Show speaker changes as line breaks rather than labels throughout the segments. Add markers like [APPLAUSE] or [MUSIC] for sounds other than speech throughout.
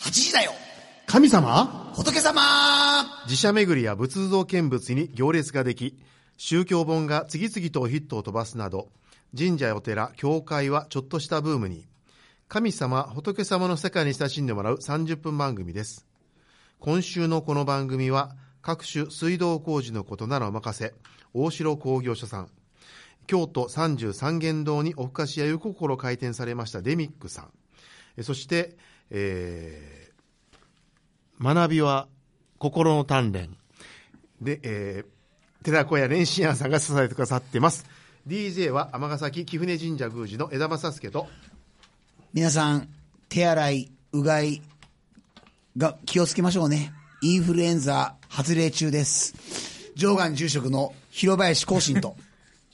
8時だよ
神様
仏様
寺社巡りや仏像見物に行列ができ宗教本が次々とヒットを飛ばすなど神社やお寺教会はちょっとしたブームに神様仏様の世界に親しんでもらう30分番組です今週のこの番組は各種水道工事のことならお任せ大城工業所さん京都三十三元堂におふかしやゆこころ開店されましたデミックさんえそして、えー学びは心の鍛錬で、えー寺子屋蓮心庵さんが支えてくださってます DJ は尼崎貴船神社宮司の枝正助と
皆さん、手洗い、うがいが気をつけましょうね。インフルエンザ発令中です。上岸住職の広林浩信
[LAUGHS]
と、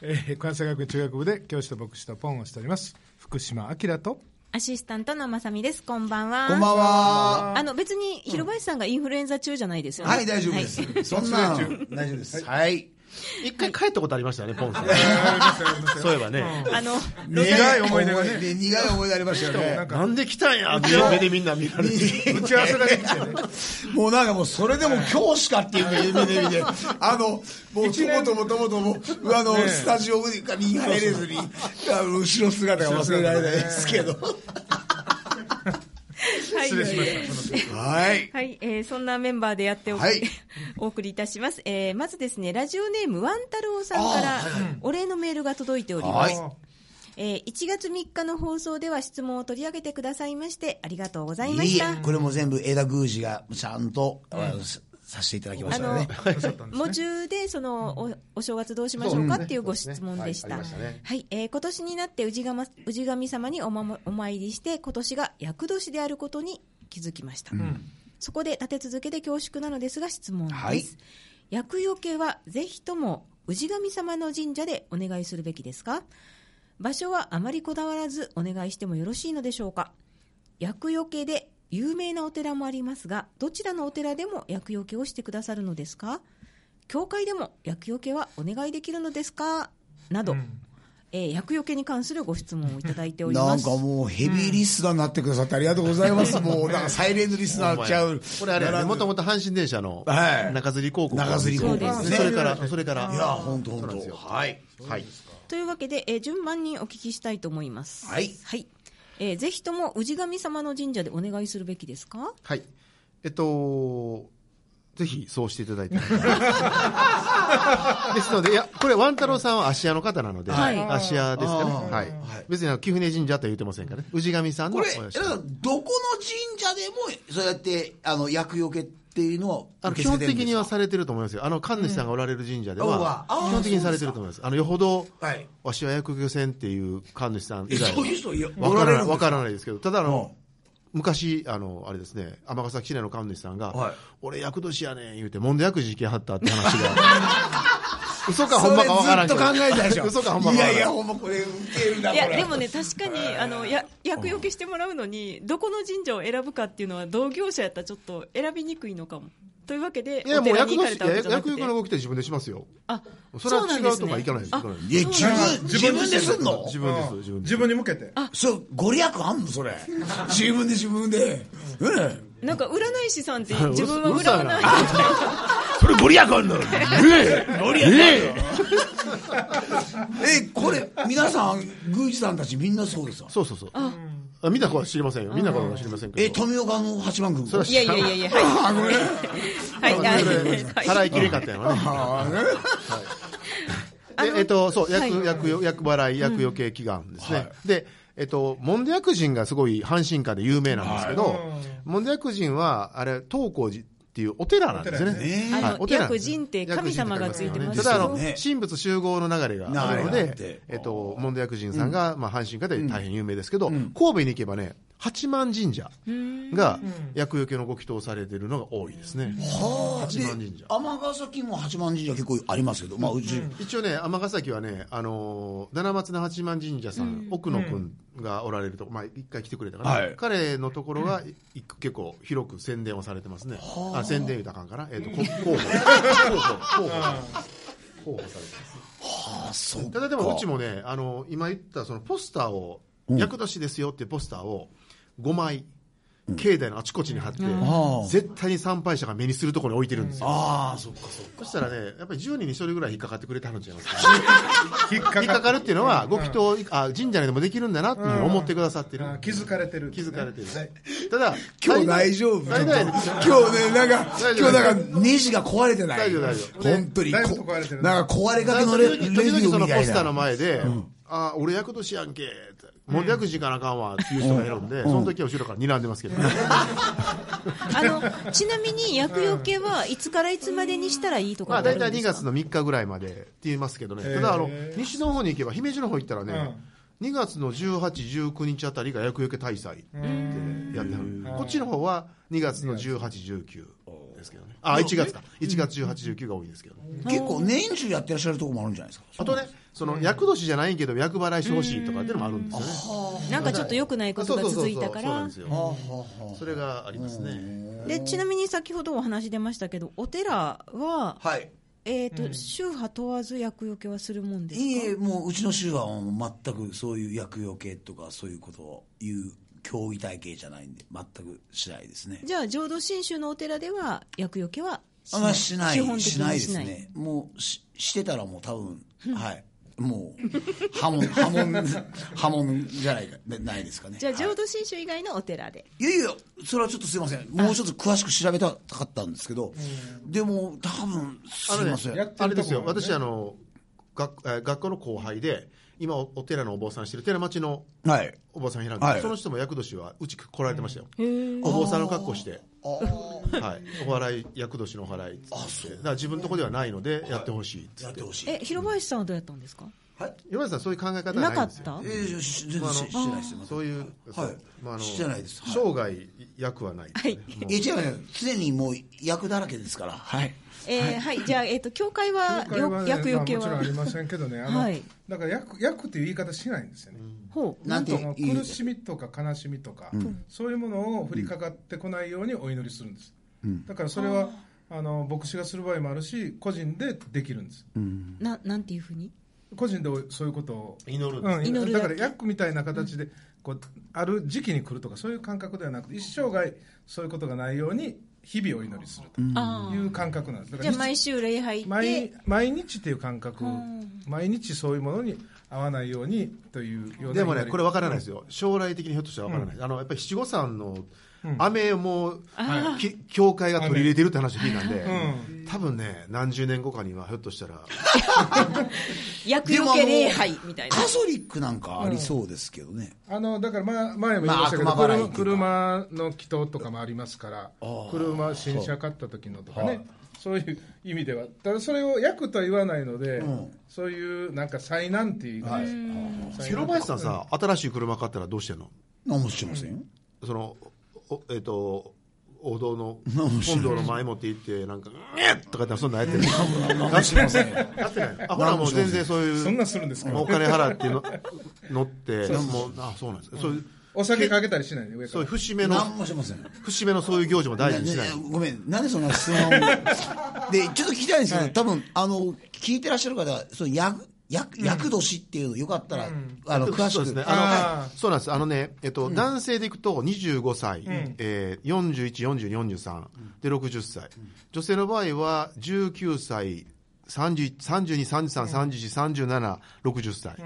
えー、関西学院中学部で教師と牧師とポンをしております福島明と
アシスタントのまさみです。こんばんは。
こんばんは。
あの別に広林さんがインフルエンザ中じゃないですよね。
はい、大丈夫です。そんな、大丈夫です。はい。
一回帰ったことありましたよねポンさんそういえばね
はい。あの
[LAUGHS]
苦い思い出がね
ね苦い思い出ありましたよね。
なんで来たんやっていう目でみんな見られて
打ち合わせだけ来てね
もうなんかもうそれでも今日しかっていうか夢で見て、あの、もうともともともとも、あの、スタジオに入れずに、あの後ろ姿が忘れられないですけど。
はい
失礼しました
はい。
はい、えーそんなメンバーでやってお,、
はい
[LAUGHS] お送りいたします。えーまずですね、ラジオネームワン太郎さんからお礼のメールが届いております。
はい。
えー1月3日の放送では質問を取り上げてくださいましてありがとうございま
いい
した。
これも全部枝宮司がちゃんと、あのささせていただきま
あ
した
の、
ね。
喪中でそのおお正月どうしましょうかっていうご質問でした。
そうですねはいありま
はい、えー今年になって氏神氏神様におまもお参りして、今年が厄年であることに気づきました。そこで立て続けで恐縮なのですが質問です。
はい
厄除けはぜひとも氏神様の神社でお願いするべきですか場所はあまりこだわらずお願いしてもよろしいのでしょうか厄除けで有名なお寺もありますがどちらのお寺でも厄除けをしてくださるのですか教会でも厄除けはお願いできるのですかなど、えー厄除けに関するご質問をいただいており
な
ま
ん
す
かもうヘビーリスナーになってくださってありがとうござい [LAUGHS] ます。もうなんかサイレントリスナーちゃう。
これあれやね、もともと阪神電車の
はい
中吊り広告
中吊り広告
そうです
ね
それから、それか
いや、
ら、
本当
そうなん
本
です
当
よ
はい。
はい。
というわけで、えー順番にお聞きしたいと思います
はい
えーぜひとも氏神様の神社でお願いするべきですか
はい。えっと、ぜひそうしていただいて。ですので、いや、これ、ワン太郎さんは芦屋の方なので、
はい
芦屋ですかね。
あー
はい。別にあの、貴船神社とは言ってませんからね。氏神さんの
こ
お
れ、
社。
だからどこの神社でも、そうやって、あの、厄除けっていうのを
あの
受け付
基本
けてるん
的
ですか
にはされてると思いますよ。あの、神主さんがおられる神社で
うわ
は、
あー
基本的にされてると思います。あの、よほど、
はい
わしは役漁船っていう神主さん以外は
そういう人いや
わ
おら
か
れ
ら
るんです
ない
か
わからないですけど、ただあの、昔、あの、あれですね、尼崎市内の神主さんが、
はい
俺、役年やねん言うて、もんで役事件はったって話が。 [LAUGHS] 嘘かほんまかわからんけど。
それずっと考えたでしょ
[LAUGHS] 嘘かほんまか
い
わ
や
からん
いやほんまこれ受けるないこ
や
れ
でもね確かにあのや厄除けしてもらうのにどこの神社を選ぶかっていうのは同業者やったらちょっと選びにくいのかもというわけで
いや、
お
もう
寺
役
に行かれ
年、
たわけじゃな
役
く
行く
て
の動きって自分でしますよ。
あ
それは
うな
違
んで
う
す
と
ね
か行かないです。行
あ
かないです
いや自分自分ですんの
自分です、自分です。
自分に向けて
そうご利益あんのそれ自分で自分でうん
なんか占い師さん
[LAUGHS]
って自分は
うるさい
占
ない
それご利益あんのええご利益あんのえこれ皆さん宮司さんたちみんなそうですよ
そうそうそう。あ見た子は知りませんよ。見た子は知りませんけ
え
ど。
富岡の八幡宮そ
れはい
やいやいや
[LAUGHS]
いや
あごめん
はいはいはい
払いきれんかったよね。
あね
でえっと、そう、
はい
役、役よ、役払い、役余計祈願ですね。で、えっと、門ンデ薬人がすごい阪神家で有名なんですけど、門ンデ薬人は、あれ、東光寺っていうお寺なんですね。
ね
はい
あの薬人って神様がついてます
よね
ただ、あの
ですよね、
神仏集合の流れがあるの
流れがあって
で、えっと、門ンデ薬人さんが、まあ、阪神家で大変有名ですけど、神戸に行けばね、八幡神社が厄除けのご祈祷されてるのが多いですね。
はあで
八幡神社
尼崎も八幡神社結構ありますけどまあうち
一応ね、尼崎はね、あのー七松の八幡神社さん、奥野君がおられるとこ、まあ、一回来てくれたから、
はい
彼のところが、い結構広く宣伝をされてますね。あ宣伝言うたらあかんかな。えっ、と、こ候補。候補。候補。候補されてます。
あそった
だでも、うちもね、あの今言った、そのポスターを、厄年ですよっていうポスターを、5枚、境内のあちこちに貼って、
ああ
絶対に参拝者が目にするところに置いてるんですよ。
ああ、そっかそっか。
そしたらね、やっぱり10人に1人ぐらい引っかかってくれたのじゃないですか。
引っかか
引っかかるっていうのは、ご祈祷、あ神社でもできるんだなっていうふうに思ってくださってる。
あ気づかれてる、
気づかれてる
はい。
ただ、
今日大丈夫今
大
日ね、なん
大
か、
大丈
今
夫
日なんか、ネジが壊れてない。
大丈夫大丈夫
本当に。
だいぶ
こ
壊れてる
なんか壊れかけのレレビ
時
ュ
々時々
ー
その
みた
ポ
い
スターの
な。
前で、あー俺役年やんけって、もう役時かなあかんわっていう人がいるんで、その時は後ろから睨んでますけど、
あのちなみに薬用系はいつからいつまでにしたらいいと
ま
か
あ
ある
大
ん
体2
です
月
か
の3日ぐらいまでって言いますけどね、ただあの
へ、ー
西の方に行けば、姫路の方行ったらね、2月の18、19日あたりが厄除け大祭ってやってはる、こっちの方は2月の18、19ですけどね、あ1月か、1月18、19が多いですけどね。
結構年中やってらっしゃるところもあるんじゃないですか。
あとね、その厄年じゃないけど、厄払いしてほしいとかっていうのもあるんですよね。
なんかちょっと良くないことが続い
そ
たか
うそうそうそうなん
ら
です
あ
よ。
はは
それがありますね。
でちなみに先ほどお話出ましたけどお寺は、
はい。
えーと宗派問わず薬用系はするもんですか
いいえ、もううちの州はもう全くそういう薬用系とかそういうことを言う競技体系じゃないんで、全くしないですね。
じゃあ浄土真宗のお寺では薬用系は
あんまりしない、
基本的
しないで
に
すね。もうし、してたらもう多分、はい。もう、波紋、 [LAUGHS] 波紋、波紋じゃないか、でないですかね。
じゃあ
はい
浄土真宗以外のお寺で、
いやいや、それはちょっとすいません。もうちょっと詳しく調べたかったんですけど、でも多分、す
あ
い
の
ません。
や
ね
っ、て
あれ
る
で
と
すよ。
ころね
私、あの、学えー学校の後輩で、今おお寺のお坊さんしてる寺町の
はい。
お坊さん開くん
はい
その人も厄年はうち来られてましたよ。お坊さんの格好して。はい、お祓い、厄年のお祓いっつって、だから自分のとこではないので、やってほしいっつ
や
っ
ってて、ほしい。
え広林さんはどうやったんですか
岩井さん、そういう考え方は
な
な
か
いんで
っ
すよ
た
えー、し全然ししてないですよ。
そういう、
はい
まあ、あの
してないですはい
生涯役はない、
はい
もう
え、違うよ。常にもう役だらけですから。はい。
えーはい、じゃあ、えー、と教会は
教会はね
薬用系
まあもちろん
は
ありませんけどね、あの
はい
だから薬薬っていう言い方しないんですよね、
ほう
なん
その
て言う
苦しみとか悲しみとか、そういうものを降りかかってこないようにお祈りするんです、だからそれはあの牧師がする場合もあるし、個人でできるんです、
ななんていうふうに
個人でそういうことを、
祈るんです
うん
祈るだ
だ
け
から薬みたいな形でこう、ある時期に来るとか、そういう感覚ではなくて、一生涯そういうことがないように、日々お祈りすると
あ
いう感覚なんです。だか
じゃ
ら
あ毎週礼拝行って
毎毎日っていう感覚、毎日そういうものに合わないようにというような
でもね、これ分からないです
よ、
よ、将来的にひょっとしたら分からない、あのやっぱり七五三の雨をもう、き教会が取り入れてるって話を聞いたんで、多分ね、何十年後かには、ひょっとしたら、
薬用系礼拝みたいな
カソリックなんかありそうですけどね。
あのだから、まあ、前も言いましたけど、
まあ悪魔払いっていう
車
か
車の祈祷とかもありますから、車、新車買った時のとかね、そういう意味では、ただそれを役とは言わないので、そういうなんか災難っていうか、
広林さんさ、新しい車買ったらどうしてんの
何もしてませんよ。
そのおえっ、と王道の本堂の前持って行ってなんか「えっ!」とかってそんなんやってるやってないあほらもう全然そういう
そんなんするんですか
もうお金払っての乗ってもうあそうなんです、そういう
お酒かけたりしないね、上か
そうい
ら
う。節目の
何もしてません。
節目のそういう行事も大事にしない
ねねごめん、なんでそんな質問をで、ちょっと聞きたいんですけど、多分、あの、聞いてらっしゃる方は、その、や、や、厄年っていうの、よかったら、あの、詳し
そう
く。
ですね。
あの
あの、そうなんです。あのね、えっと、男性でいくと25歳、えー、41、40、43で60歳。女性の場合は19歳、30 32、33、31、37、60歳。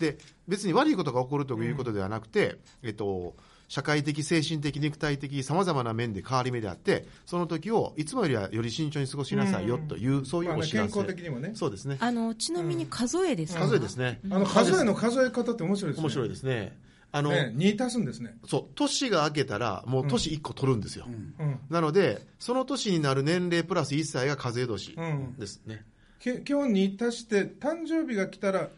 で、別に悪いことが起こるということではなくて、えっと、社会的、精神的、肉体的、さまざまな面で変わり目であって、その時をいつもよりはより慎重に過ごしなさいよという、そうい
まあ
うお
ね
知らせ。
健康的にもね
そうですね。
あのちなみに数えですか、
数えですね。
あの数えの数え方って面白いですね。
面白いですね。あの、
ね、2足すんですね。
そう、年が明けたら、もう年1個取るんですよ。
うん
なので、その年になる年齢プラス1歳が風邪
うん
年ですね。
け基本に足して誕生日が来たら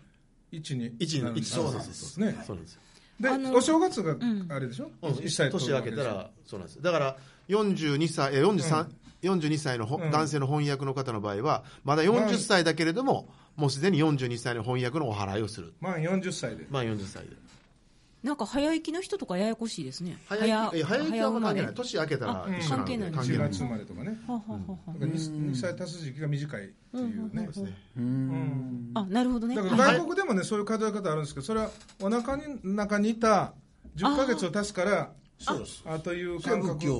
1に
一
なるん
に、
です
そうそうそうそう。
ね
そうなんですよ。
で
あの
お正月があれでしょ、
うん
一切
年明けたら、そうなんです。だから、42歳、え、43、42歳のほ、
うん
男性の翻訳の方の場合は、まだ40歳だけれども、もうすでに42歳の翻訳のお払いをする。
満40歳で
まあ40歳で。
なんか早生きの人とかややこしいですね
早い、え早い期は
生
関
ま
係
れ
ない。年明けたら
あ
一緒なので
関係ない
1月生まれとかね
はははは
だから 2, 歳足す時期が短いっていうね、
ですね。
うん
あなるほどね
だか
あ
ら外国でもねそういう数え方あるんですけどそれはお腹に中にいた10ヶ月を足すから
そうです。
あという
それ
感
は
覚
仏教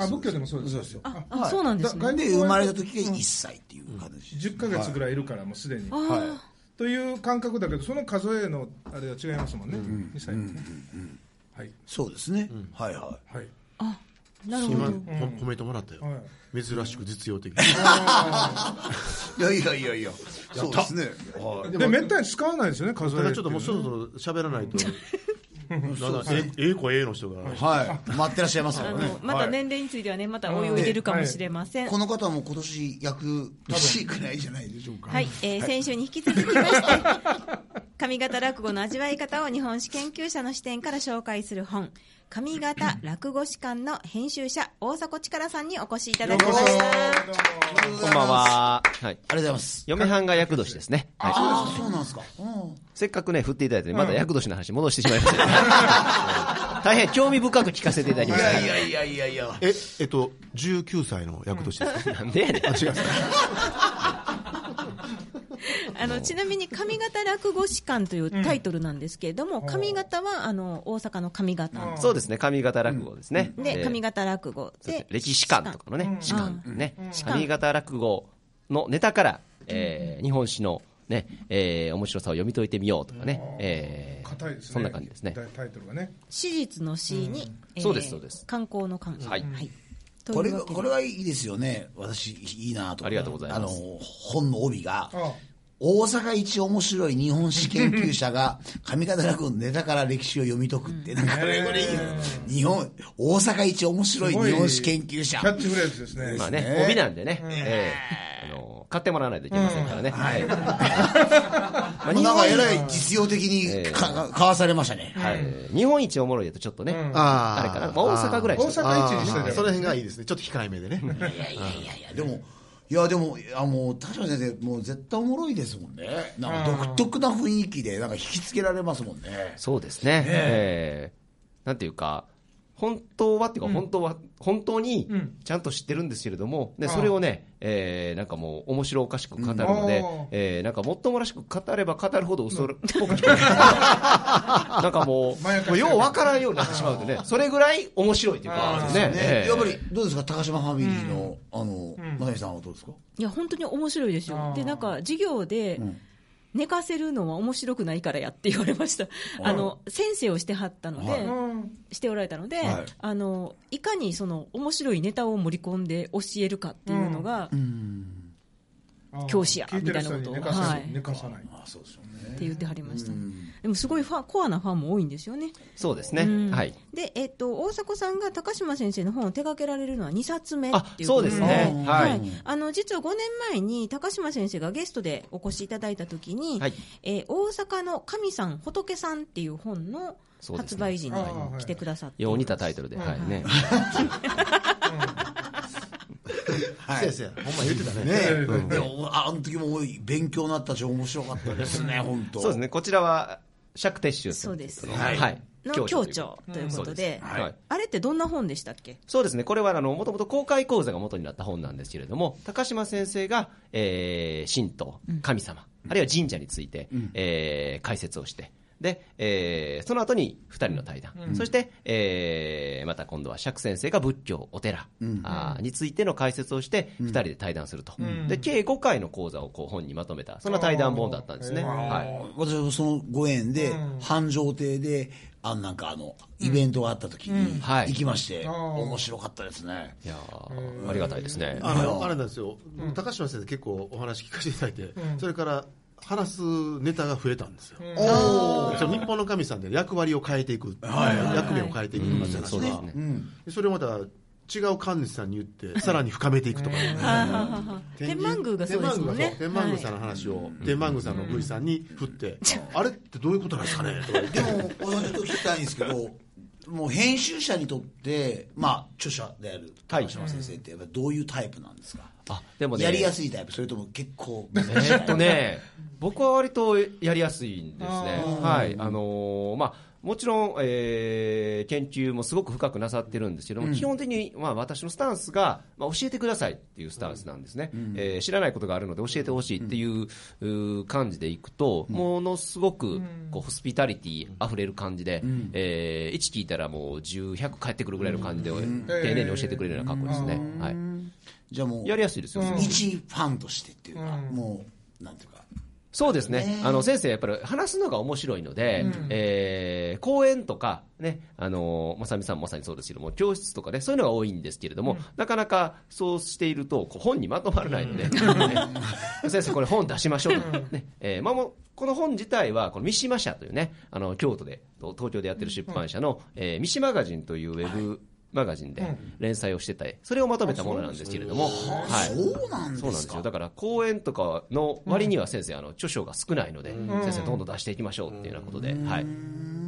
あ仏教でもそうです
そうですよ。
あ、あそうなんです
だ
ね。
外
で、生まれた時が1歳っていう感じ。
10ヶ月ぐらいいるから、もうすでに、
あー
という感覚だけど、その数えのあれは違いますもんね、2歳ってね。はい
そうですね。はいは
はい
あ、なるほど。
今、ほ褒めてもらったよ
は。
珍しく実用的。
い。いやいやいやいや、そうですね。はい
で、めったに使わないですよね、数え
た
て
だちょっともうそろそろ喋らないと、なんだえええ子ええの人が、
はい。待ってらっしゃいますか
あ
らね
の。また年齢についてはね、またお湯を入れるかもしれません。
この方も今年約年くらいじゃないでしょうか。
はい、えー先週に引き続きまして、上方落語の味わい方を日本史研究者の視点から紹介する本、上方落語史館の編集者、大迫力さんにお越しいただきまし
どう
た。
も
こんばんは。はい。
ありがとうございます。
嫁はんが厄年ですね。はい。
ああ、そうなんですか。うん
せっかくね、振っていただいてね、また厄年の話戻してしまいまし
[LAUGHS]
たね。大変興味深く聞かせていただきま
い
した
やいやいやいやいや。
ええっと、19歳の役
[LAUGHS]
年ですか、。
なんでやねん
あ違う
あの、ちなみに上方落語史館というタイトルなんですけれども、上方は、あの、大阪の上方
そうですね、上方落語ですね。え
で、
ー
上方落語
そうです
で
ね、歴史観とかのね、史観ね、上方落語のネタから、えー日本史のね、えー面白さを読み解いてみようとかね、えー
硬いですね。
そんな感じですね。
タイトルがね。
史実の史に、えー
そうですそうです
観光の観。
はい
と
こ
い
れ
う
が
わけで
これはいいですよね、私、いいなと
ありがとうございます
あの本の帯が
あ、
大阪一面白い日本史研究者
[LAUGHS]
が、上方落語のネタから歴史を読み解くって、なんかこれ、これいいよ日本、大阪一面白い日本史研究者
キ。ャッチフレーズですね。
まあ
ですね
ね、帯なんでね、えーあの買ってもらわないといけませんからね。はい。 [LAUGHS] まあ
なんかえら
い。
い実用的に
ええ
か、かかわされましたね。
はい。日本一おもろいだとちょっとね、
あー
あれかな、まあ大阪ぐらい
大
でした
阪一にした
あ
じ
ー
ゃ
そ
ん。
の辺がいいですね、ちょっと控えめでね。
いやいやいやいや、でも、いやでも、あもう、田島先生、もう絶対おもろいですもんね。なんか独特な雰囲気で、なんか引きつけられますもんね。
そうですね。えーなんていうか、本当はっていうか、本当は、本当にちゃんと知ってるんですけれども、でそれをね、えーなんかもう面白おかしく語るので
うんあー、
えーなんかもっともらしく語れば語るほど嘘っぽく聞こえる [LAUGHS] なんかもう、
まやかし
もうようわからんようになってしまうんでね、それぐらい面白いというか、ね。
ね
えー
やっぱりどうですか、高島ファミリーの、あの、まさみさんはどうですか。
いや本当に面白いですよ、でなんか授業で寝かせるのは面白くないからやって言われました、あの先生をしてはったので、
うん
しておられたので、
はい
い、あのいかにその面白いネタを盛り込んで教えるかっていうのが、
あー
教師や
聞いてる人に
みたい
寝
な
か
ことを
さな。
はいい
寝かさない。
あ、そうですよ
って言ってはりましたね、でもすごいファンコアなファンも多いんですよね。
そうですね。
うん
はい。
で、えっと、大迫さんが高島先生の本を手掛けられるのは2冊目
あ
っていうこと
そうですねはい
あの実は5年前に高島先生がゲストでお越しいただいたときに、
はい
えー大阪の神さん仏さんっていう本の
そうで
発
すね
売時に
ああ
来てくださって、
よう似たタイトルで、はいね。
は
先生、ほんま言ってたね。
ねえ、でも、ああの時も勉強になったし、面白かったですね、本当。
そうですね、こちらは、釈徹宗
そうです
はい。はい
の教長というこ
そう
と
す
で、
はい。
あれってどんな本でしたっけ
そうですね、これはあのもともと公開講座が元になった本なんですけれども、高島先生が、えー神道、神様、あるいは神社について、えー解説をして、でえーその後に2人の対談、そして、えーまた今度は釈先生が仏教、お寺、あーについての解説をして、2人で対談すると、で計5回の講座をこう本にまとめた、そんな対談本だったんですね。はい
私はそのご縁で、繁盛亭で、あのなんかあの、イベントがあった時に、
はい
行きまして、
あー
面白かったですね。
いやーありがたいですね。
あの、あれなんですよ、高島先生結構お話聞かせていただいて、それから話すネタが増えたんですよ。それ日本の神さんで役割を変えていく、役目を変えていくとかって話
そうですね。
でそれをまた違う神主さんに言って、さらに深めていくとかね。
天満宮がそうですもんね。
天満宮さんの話を、天満宮さんの宮司さんに振って、あれってどういうことなんですかねと
[LAUGHS]
か言って
でも、これはちょっと聞きたいんですけど、 [LAUGHS] もう編集者にとって、まあ、著者である高島先生って、どういうタイプなんですか、
あでもね
やりやすいタイプ、それとも結構難しい
え
タイプ
ーっとね、僕は割とやりやすいんですね。はい。あのーまあ、もちろん、えー研究もすごく深くなさってるんですけども、基本的に、まあ、私のスタンスが、まあ、教えてくださいっていうスタンスなんですね、えー知らないことがあるので教えてほしいっていう,、うー感じでいくと、ものすごくこうホスピタリティあふれる感じで、え1聞いたらもう10、100返ってくるぐらいの感じで、丁寧に教えてくれるような格好ですね。はい
じゃあもう、
やりやすいですよ、すごく
一ファンとしてっていうか、もう、なんていうか、
そうですね、あの先生、やっぱり話すのが面白いので、えー講演とか、ね、あのまさみさんまさにそうですけども、教室とかね、そういうのが多いんですけれども、なかなかそうしていると、こう本にまとまらないので、 [LAUGHS] 先生、これ本出しましょうと、ねえーまあ、もうこの本自体は、この三島社というね、あの京都で、と東京でやってる出版社の、えー三島マガジンというウェブマガジンで連載をしてて、それをまとめたものなんですけれども、はい。
そうなん
そうなんですよ。だから講演とかの割には先生、あの著書が少ないので、先生どんどん出していきましょうっていうようなことで、はい。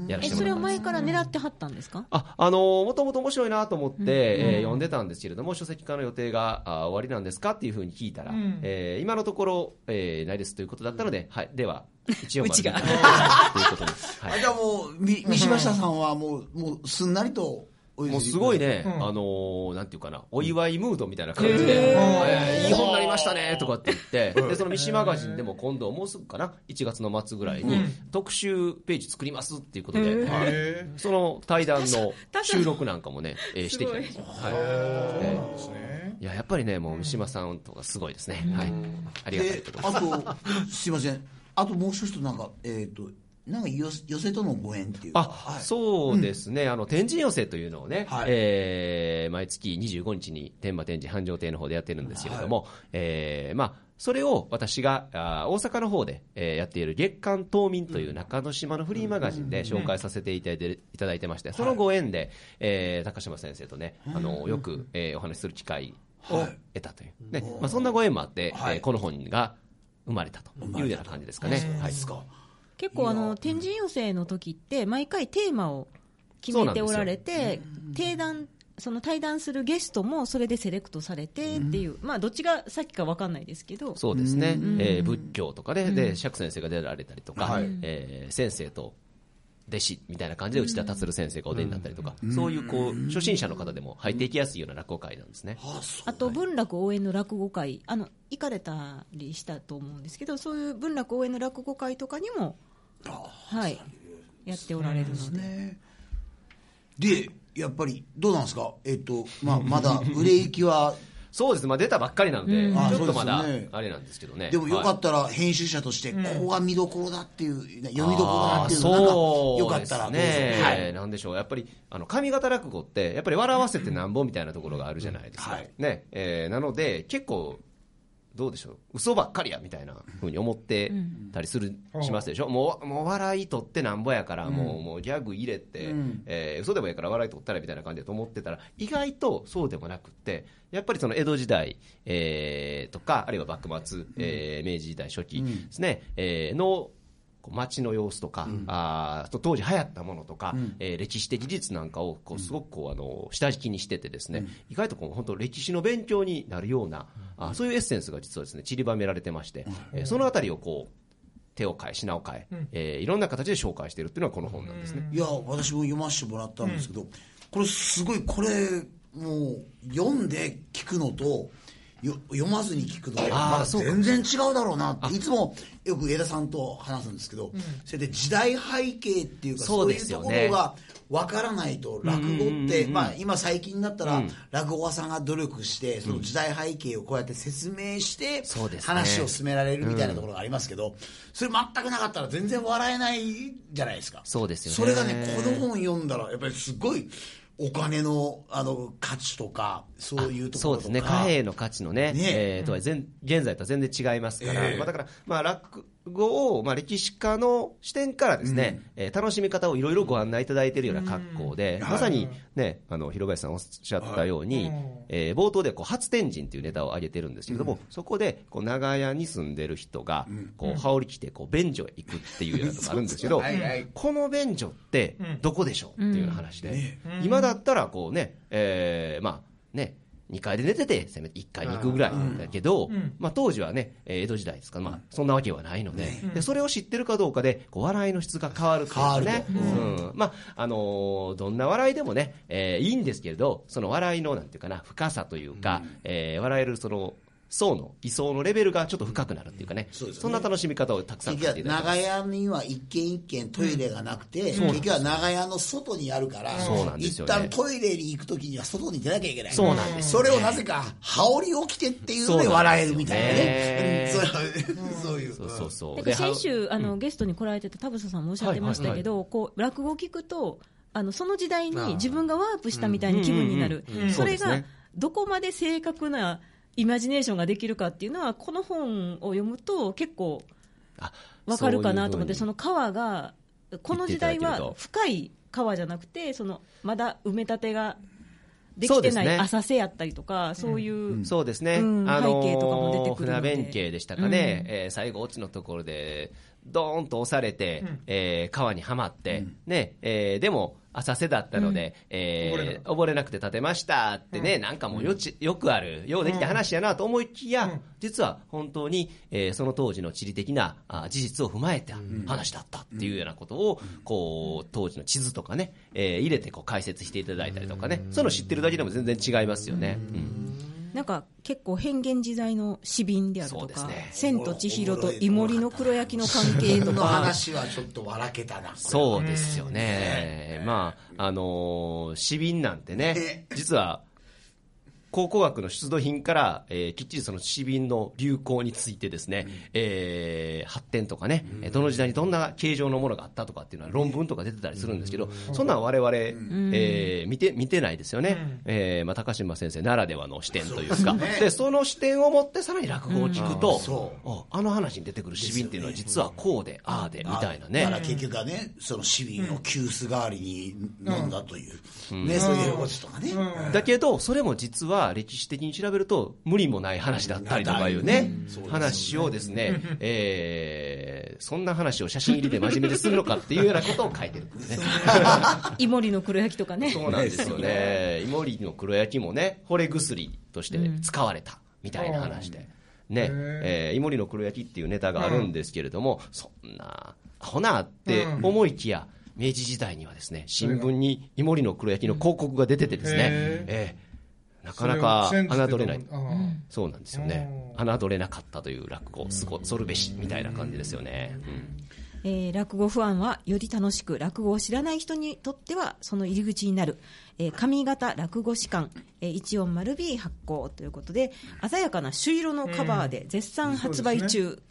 やら
え
せて
そ
も
れ
ら
は
ったんです。
前から狙ってはったんですか
あ、あのもともと面白いなと思って、えー読んでたんですけれども、書籍化の予定があ終わりなんですかっていうふうに聞いたら、えー今のところ、えーないですということだったので、はい。では、一応、
うちが
まあ [LAUGHS] ということです。はい
[LAUGHS]
あじゃあもう、み三島下さんはもう、もうすんなりとお譲りくださ、
もうすごいね、
ん
あのーなんていうかな、お祝いムードみたいな感じで、えーいい本になりましたねとかって言って、で、そのミシマガジンでも今度、もうすぐかな、1月の末ぐらいに、特集ページ作りますっていうことで、はいその対談の収録なんかもね、えーしてきたんですよ。はいえー
ですね。
いや、やっぱりね、もう三島さんとかすごいですね。はい。ありがたい
で
ところ
あと、すいません、あともう一つ、なんか、えっ、と、なんか寄寄せとのご縁っていうか、
あ、
はい
そうですね。あの、天神寄せというのをね、
はい
えー毎月25日に天馬天神繁盛亭の方でやってるんですけれども、えーまあ、それを私があー大阪の方で、えーやっている月刊島民という中之島のフリーマガジンで紹介させていただいていただいてまして、そのご縁で、えー高島先生とね、あの、よく、えーお話しする機会を得たという。ね、まあ、そんなご縁もあって、
はい
えーこの本が生まれたというような感じですかね。はい。
結構あの天神寄せの時って毎回テーマを決めておられて定談その対談するゲストもそれでセレクトされてっていう、まあどっちが先か分かんないですけど
そうですね、えー仏教とかで、で釈先生が出られたりとか、えー先生と弟子みたいな感じで内田達郎先生がお出になったりとか、そういうこう初心者の方でも入っていきやすいような落語会なんですね。
あと文楽応援の落語会あの行かれたりしたと思うんですけどそういう文楽応援の落語会とかにもはいやっておられるので
で、やっぱり、どうなんですか、えっ、と、まあ、まだ売れ行きは、
そうです、まあ、出たばっかりなので、
あ
ちょっとまだ
そうですよね
あれなんですけどね。
でもよか
はい
ったら、編集者として、ここが見どころだっていう、読みどころだな
あ
って
ー
いう、
そう
なんか、
です
よかったらどうぞ、
ね、
はい
なんでしょう、やっぱりあの上方落語って、やっぱり笑わせてなんぼみたいなところがあるじゃないですか、
はい
ねえーなので、結構、どうでしょう、嘘ばっかりやみたいなふうに思ってたりする、しますでしょ、もうもう笑い取ってなんぼやから、もうもうギャグ入れて、えー嘘でもいいから笑い取ったらみたいな感じだと思ってたら、意外とそうでもなくって、やっぱりその江戸時代、えーとか、あるいは幕末、えー明治時代初期ですね、えーのこう街の様子とか、あーと当時流行ったものとか、えー歴史的事実なんかをこうすごくこうあの下敷きにしててですね、意外とこう本当歴史の勉強になるような、あそういうエッセンスが実はですね散りばめられてまして、えーそのあたりをこう手を変え品を変え、えーいろんな形で紹介しているっていうのはこの本なんですね。
いや、私も読ませてもらったんですけど、これすごい、これ、もう、読んで聞くのと、よ読まずに聞くのと、
あー
まあ
そうか
全然違うだろうなって、いつもよく江田さんと話すんですけど、それで時代背景っていうか、
そ
そうう
で
いう
す
と
よね
ころが分からないと、落語って、まあ今最近だったら、落語家さんが努力して、その時代背景をこうやって説明して
そうで、すね
話を進められるみたいなところがありますけど、それ全くなかったら全然笑えないじゃないですか。
そうですよね
それがね、この本読んだら、やっぱりすごいお金のあの価値とか、そういうとこ
そう
ろと
です
か。
ね、貨幣の価値のね、
ね
えーとは全現在とは全然違いますから、
ええ
まあ、だから、まあ、落語を、まあ、歴史家の視点からですね、えー楽しみ方をいろいろご案内いただいているような格好で、まさに、ね、あの広林さんおっしゃったように、えー冒頭でこう初天神というネタを挙げてるんですけれども、そこでこう長屋に住んでる人が、こう羽織着てこう便所へ行くっていうようなとこあるんですけど、
はいはい
この便所ってどこでしょうっていうような話で、今だったらこうね、えーまあね、 2階で寝てて、せめて1階に行くぐらいだけど、
ん
まあ、当時はね、えー江戸時代ですから、まあ、そんなわけはないので,、で、それを知ってるかどうかで、こう笑いの質が変わるっていうかね、うんまああのーどんな笑いでもね、えーいいんですけれど、その笑いのなんていうかな、深さというか、えー笑えるその層の、位相のレベルがちょっと深くなるっていうかね、
そうですよね
んな楽しみ方をたくさん
結
させ
局
てい
は
ただいてま
長
す
屋には一軒一軒トイレがなくて、結局は長屋の外にあるから、
そうなんです
一
よね
旦トイレに行くときには外に出なきゃいけない。
そうなんです
それをなぜか、羽織を着てっていうので
そうなん
笑え
です
る
よ
みたいなね
ね。
うんそうそういう。
そうそうそう
だか
で
ら先週あの、ゲストに来られてた田臥さんもおっしゃってましたけど、こう落語を聞くとあのその時代に自分がワープしたみたいに気分になる、それ
そう
が
ですね
どこまで正確なイマジネーションができるかっていうのはこの本を読むと結構
あ
わかるかなと思ってそ
そういう
の川がこの時代
言っていただける
は
と
深い川じゃなくてそのまだ埋め立てができて
そう
な
です
い
ね
浅瀬やったりとかそういう。
ふうにそうですね、
うん
あのー
背景とかも出てくるので
船弁慶でしたかね、えー最後、落ちのところで、どーんと押されて、えー川にはまって、ねえーでも、浅瀬だったので、えー溺れなくて立てましたってね、なんかもうよちよくある、ようできた話やなと思いきや、実は本当に、えーその当時の地理的なあ事実を踏まえた話だったっていうようなことを、こう当時の地図とかね、えー入れてこう解説していただいたりとかね、そういうの知ってるだけでも全然違いますよね。うん
なんか結構変幻自在の詩瓶である
そ
と
うです
か、
ね
千と千尋とイモリの黒焼きの関係
そ
と [LAUGHS]
の
か、
話はちょっと笑けたな。
そうですよね。まあ、あのー、市民なんてね、実は、考古学の出土品から、えーきっちりその市民の流行についてですね、えー発展とかね、どの時代にどんな形状のものがあったとかっていうのは論文とか出てたりするんですけど、そんなん我々、えー見て、見てないですよね。えーまあ、高島先生ならではの視点というか、で、その視点を持ってさらに落語を聞くと、おあの話に出てくる市民っていうのは実はこうで、ああで、みたいなね。
だから結局はね、その市民を急須代わりに飲んだという、ね、そういうこととかね。
だけど、それも実は歴史的に調べると、無理もない話だったりとかいうね、話をですね、えーそんな話を写真入りで真面目でするのかっていうようなことを書いてるんですね。
イモリの黒焼きとかね、
そうなんですよね。イモリの黒焼きもね、惚れ薬として使われたみたいな話で。ね、えーイモリの黒焼きっていうネタがあるんですけれども、そんな、アホなって思いきや、明治時代にはですね、新聞にイモリの黒焼きの広告が出ててですね、
へ
えーなかなか
それを
侮れない
先日。でもああ
そうなんですよね。侮れなかったという落語、すごソルベシみたいな感じですよね。う
[LAUGHS]
ん
えー落語ファンはより楽しく、落語を知らない人にとってはその入り口になる、えー上方落語史館、えー、140B 発行ということで、鮮やかな朱色のカバーで絶賛発売中。えー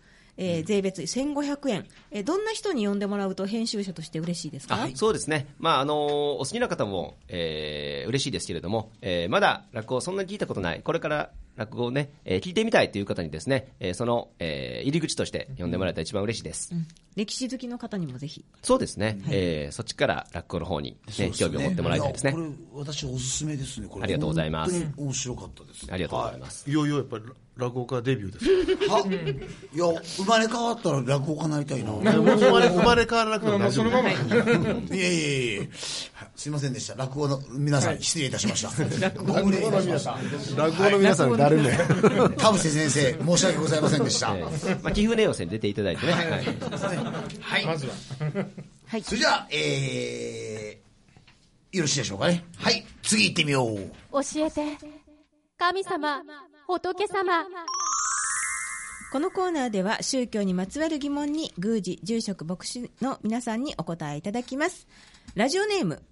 税別1500円、えーどんな人に呼んでもらうと編集者として嬉しいですか、
あそうですね、まああのお好きな方も、えー嬉しいですけれども、えーまだ落語、そんなに聞いたことない、これから落語を、ねえー聞いてみたいという方に、ですね、えーその、えー入り口として呼んでもらえたら一番嬉しいです、
歴史好きの方にもぜひ
そうですね、えーそっちから落語の方に、ね、興味を持ってもらいたいですね
やこ。れ、私おすすめですね、これ。
ありがとうございます
本当に面白かったです。
ありがとうございます、
いよいよやっぱり落語家デビューですね
はいや、生まれ変わったら落語家になりたいな。い
生まれ生まれ変わらなくても
ま
大
あ
丈
そ
夫
のまま、
やいやいやいやすいませんでした。落語の皆さん、失礼いたしました。ご無礼いたしました。
落語の皆さん誰ね
田臥先生、申し訳ございませんでした。
えーまあ、岐阜ネオ戦出ていただいてね、はい
はい。
まずは。
はい
それじゃあ、えー、よろしいでしょうかね。はい。次行ってみよう。
教えて神様仏様
このコーナーでは宗教にまつわる疑問に宮司住職牧師の皆さんにお答えいただきますラジオネーム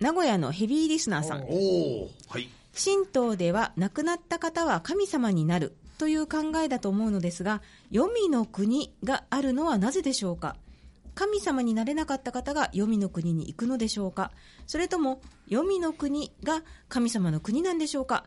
名古屋のヘビーリスナーさん
おおはい。
神道では亡くなった方は神様になるという考えだと思うのですが黄泉の国があるのはなぜでしょうか神様になれなかった方が黄泉の国に行くのでしょうかそれとも黄泉の国が神様の国なんでしょうか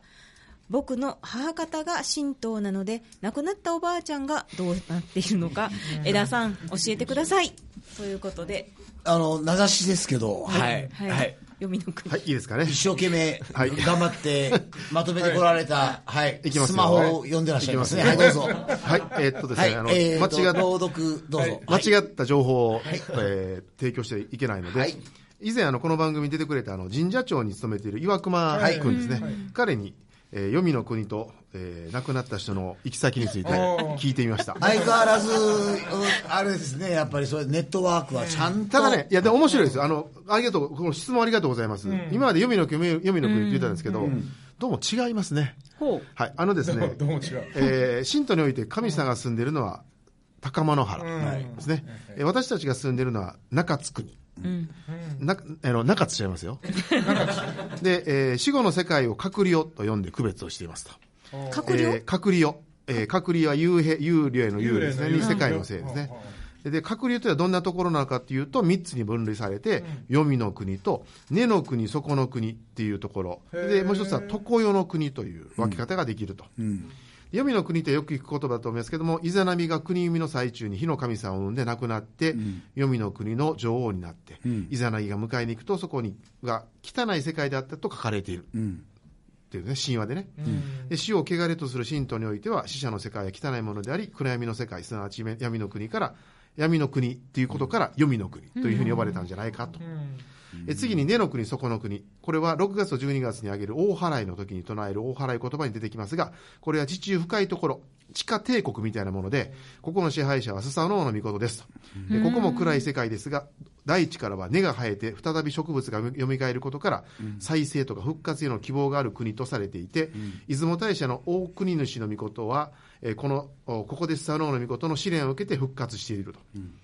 僕の母方が神道なので亡くなったおばあちゃんがどうなっているの [LAUGHS] か江田さん教えてくださいということで
あの、名指しですけど、はい。
はい、
はい。
黄泉の国、
はいいいですかね
一生懸命、
はい
頑張って、まとめてこられた、はい。
いきますよ
スマホを読んでらっしゃいますね。はい、どうぞ。は
はいえーっとです
い
ね、あの、
えーと、
間違っ
朗読、どうぞ。
間違った情報を、えー提供していけないので、
はい
以前あのこの番組に出てくれたあの神社長に勤めている岩隈君ですね、彼に、えー、黄泉の国と、えー亡くなった人の行き先について
おー
聞いてみました。
相変わらず、うんあれですね、やっぱりそういうネットワークはちゃんと。
ただね、いや、でも面白いですよ。あの、ありがとう、この質問ありがとうございます。今まで読みの国、読みの国って言ったんですけど、どうも違いますね。
ほう
はい、あのです
ど
ね
う、どうも違う。
えー、信徒において神様が住んでいるのは高間の原ですね、えー私たちが住んでいるのは中津国、なあの中津ちゃいますよで、えー死後の世界を隔離をと読んで区別をしていますと
閣僚、
えー隔離を、えー隔離は幽閉幽霊の幽霊ですね
幽霊
に
の幽
世界のせいですねで隔離というのはどんなところなのかというと3つに分類されて黄泉の国と根の国底の国っていうところでもう一つは常世の国という分け方ができると。黄泉の国ってよく聞く言葉だと思いますけども、イザナミが国生みの最中に火の神さんを産んで亡くなって、黄泉の国の女王になって、イザナギが迎えに行くと、そこにが汚い世界であったと書かれている。っていうね、神話でね、で死を汚れとする信徒においては死者の世界は汚いものであり暗闇の世界すなわち闇の国から闇の国ということから黄泉の国というふうに呼ばれたんじゃないかと、え次に根の国底の国これは6月と12月に挙げる大払いの時に唱える大払い言葉に出てきますがこれは地中深いところ地下帝国みたいなものでここの支配者はスサノオノミコトですと、でここも暗い世界ですが大地からは根が生えて再び植物がよみがえることから、再生とか復活への希望がある国とされていて、出雲大社の大国主の御事は、えーこのおここでスサノオノミコトの試練を受けて復活していると、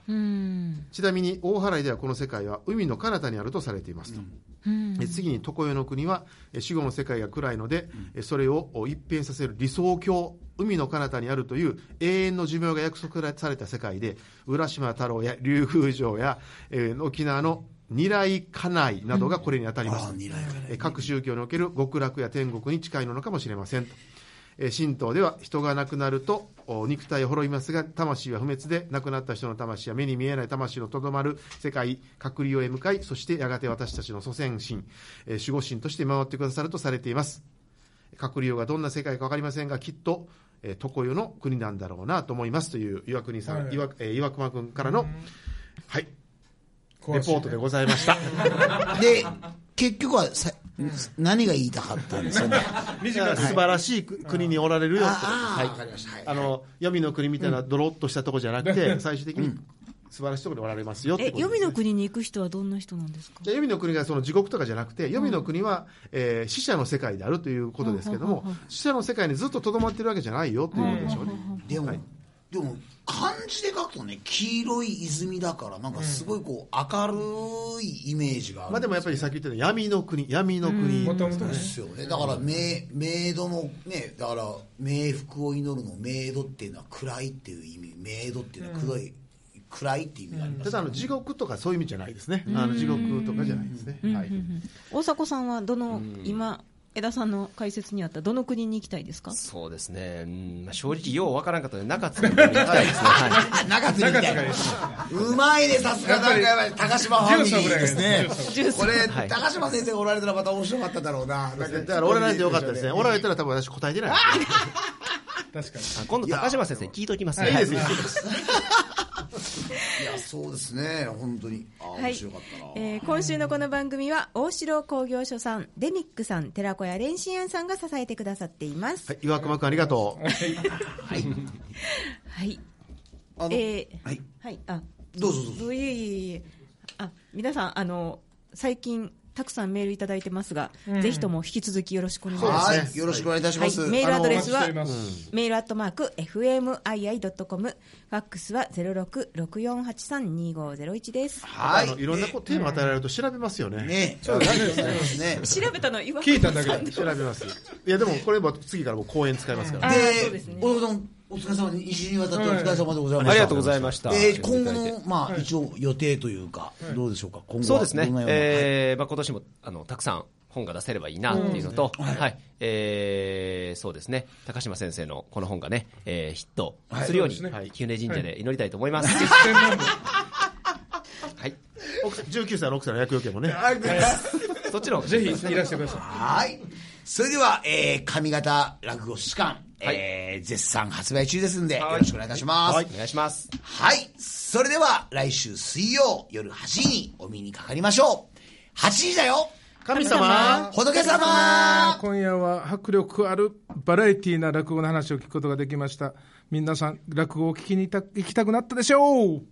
うん
ちなみに大払いではこの世界は海の彼方にあるとされていますと、
うん
え次に常世の国はえ死後の世界が暗いので、えそれをお一変させる理想郷海の彼方にあるという永遠の寿命が約束された世界で浦島太郎や竜宮城や、えー沖縄の二来家内などがこれに当たります、
あー二来家内
え各宗教における極楽や天国に近いのかもしれませんとえー神道では人が亡くなるとお肉体を滅びますが魂は不滅で亡くなった人の魂は目に見えない魂のとどまる世界隔離をへ向かいそしてやがて私たちの祖先神、えー守護神として回ってくださるとされています隔離用がどんな世界か分かりませんがきっとえー常世の国なんだろうなと思いますという岩国さん、
はい
岩えー岩隈君からの、はい、レポ
詳しいね
ートでござい
[LAUGHS]
ました。
で、結局はさ、何が言いたかったんですよね。
素晴らしい国におられるよってことです
ああ、わ
は
か
い
りました。
あの闇の国みたいなドロッとしたとこじゃなくて、最終的に素晴らしいところにおられますよって
え
こと
予
です
備
ね、
の国に行く人はどんな人なんですか
じゃあ黄泉の国がその地獄とかじゃなくて、黄泉の国は、えー死者の世界であるということですけども、死者の世界にずっととどまってるわけじゃないよということでしょうね。
でも、でも、漢字で書くとね、黄色い泉だから、なんかすごいこう、明るいイメージがある。
まあでもやっぱりさっき言ったように闇の国、闇の国、
もともとね
ですよね。だから、メイメイドの、ね、だから、冥福を祈るの、メイドっていうのは暗いっていう意味、メイドっていうのは黒い、暗いっていう意味がありま
た
す。
だあの地獄とかそういう意味じゃない [LAUGHS] ですね、あの地獄とかじゃないですね。はい
大迫さんはどの今江田さんの解説にあったどの国に行きたいですか
そうですね、うんまあ、正直、ようわからんかったので、中津に行きたいですね。はい
あ、中津みたいな
中津。
うまいね、さすが、なんかやっぱり高島ファミリーですね。これ、
はい
高島先生がおられたらまた面白かっただろうな。だ
だからおられないとよかったですね、おられたら多分私答えてない。
確かに。
あ今度、高島先生に聞いておきます
いいですよ
はい
いや、そうですね、本当に。あ、
は
面
い
白かったな。、
えー今週のこの番組は大城工業所さんデミックさん寺子屋蓮心庵さんが支えてくださっています
はい、岩隈君ありがとう。
はい、
あの
えー
はい。
はいあ
どうぞどうぞ。
いえいえいえあ皆さんあの最近たくさんメールいただいてますが、ぜひとも引き続きよろしくお願いします
は
そうです
い。
ね
よろしくお願いいたします。
はいメールアドレスは
あのお待ちしております
メールアットマーク fmii.com ファックスは0664832501です
はい
あのいろんなこうテーマ与えられると調べますよね。
ね
そうですね。
ですね。
調べたの今
聞いただけだ。
調べます。いやでもこれは次からもう公演使いますから。
あーそうで
です
ね、
おさん、お疲れ様に、一週にわたってお疲れ様でございました。
ありがとうございました。
えー今後の、まあ、一応予定というか、どうでしょうか、今後は。
そうですね
どんな、ような
えーまあ、今年もあのたくさん本が出せればいいなっていうのと、はいえーそうですね、高島先生のこの本がね、えーヒットするように、
そうですね
旧礼神社で祈りたいと思います。
専門部
はい、
奥さん19歳の奥さんの役余計もね。
はい
そっちの方が
ぜひいらしてください。
はい。それでは、えー、上方落語史観、えー、絶賛発売中ですんで、よろしくお願いいたします。
はい、お願いします。
はい。それでは、来週水曜夜8時にお見にかかりましょう。8時だよ
神様。
仏様
今夜は迫力あるバラエティーな落語の話を聞くことができました皆さん落語を聞きに行った行きたくなったでしょう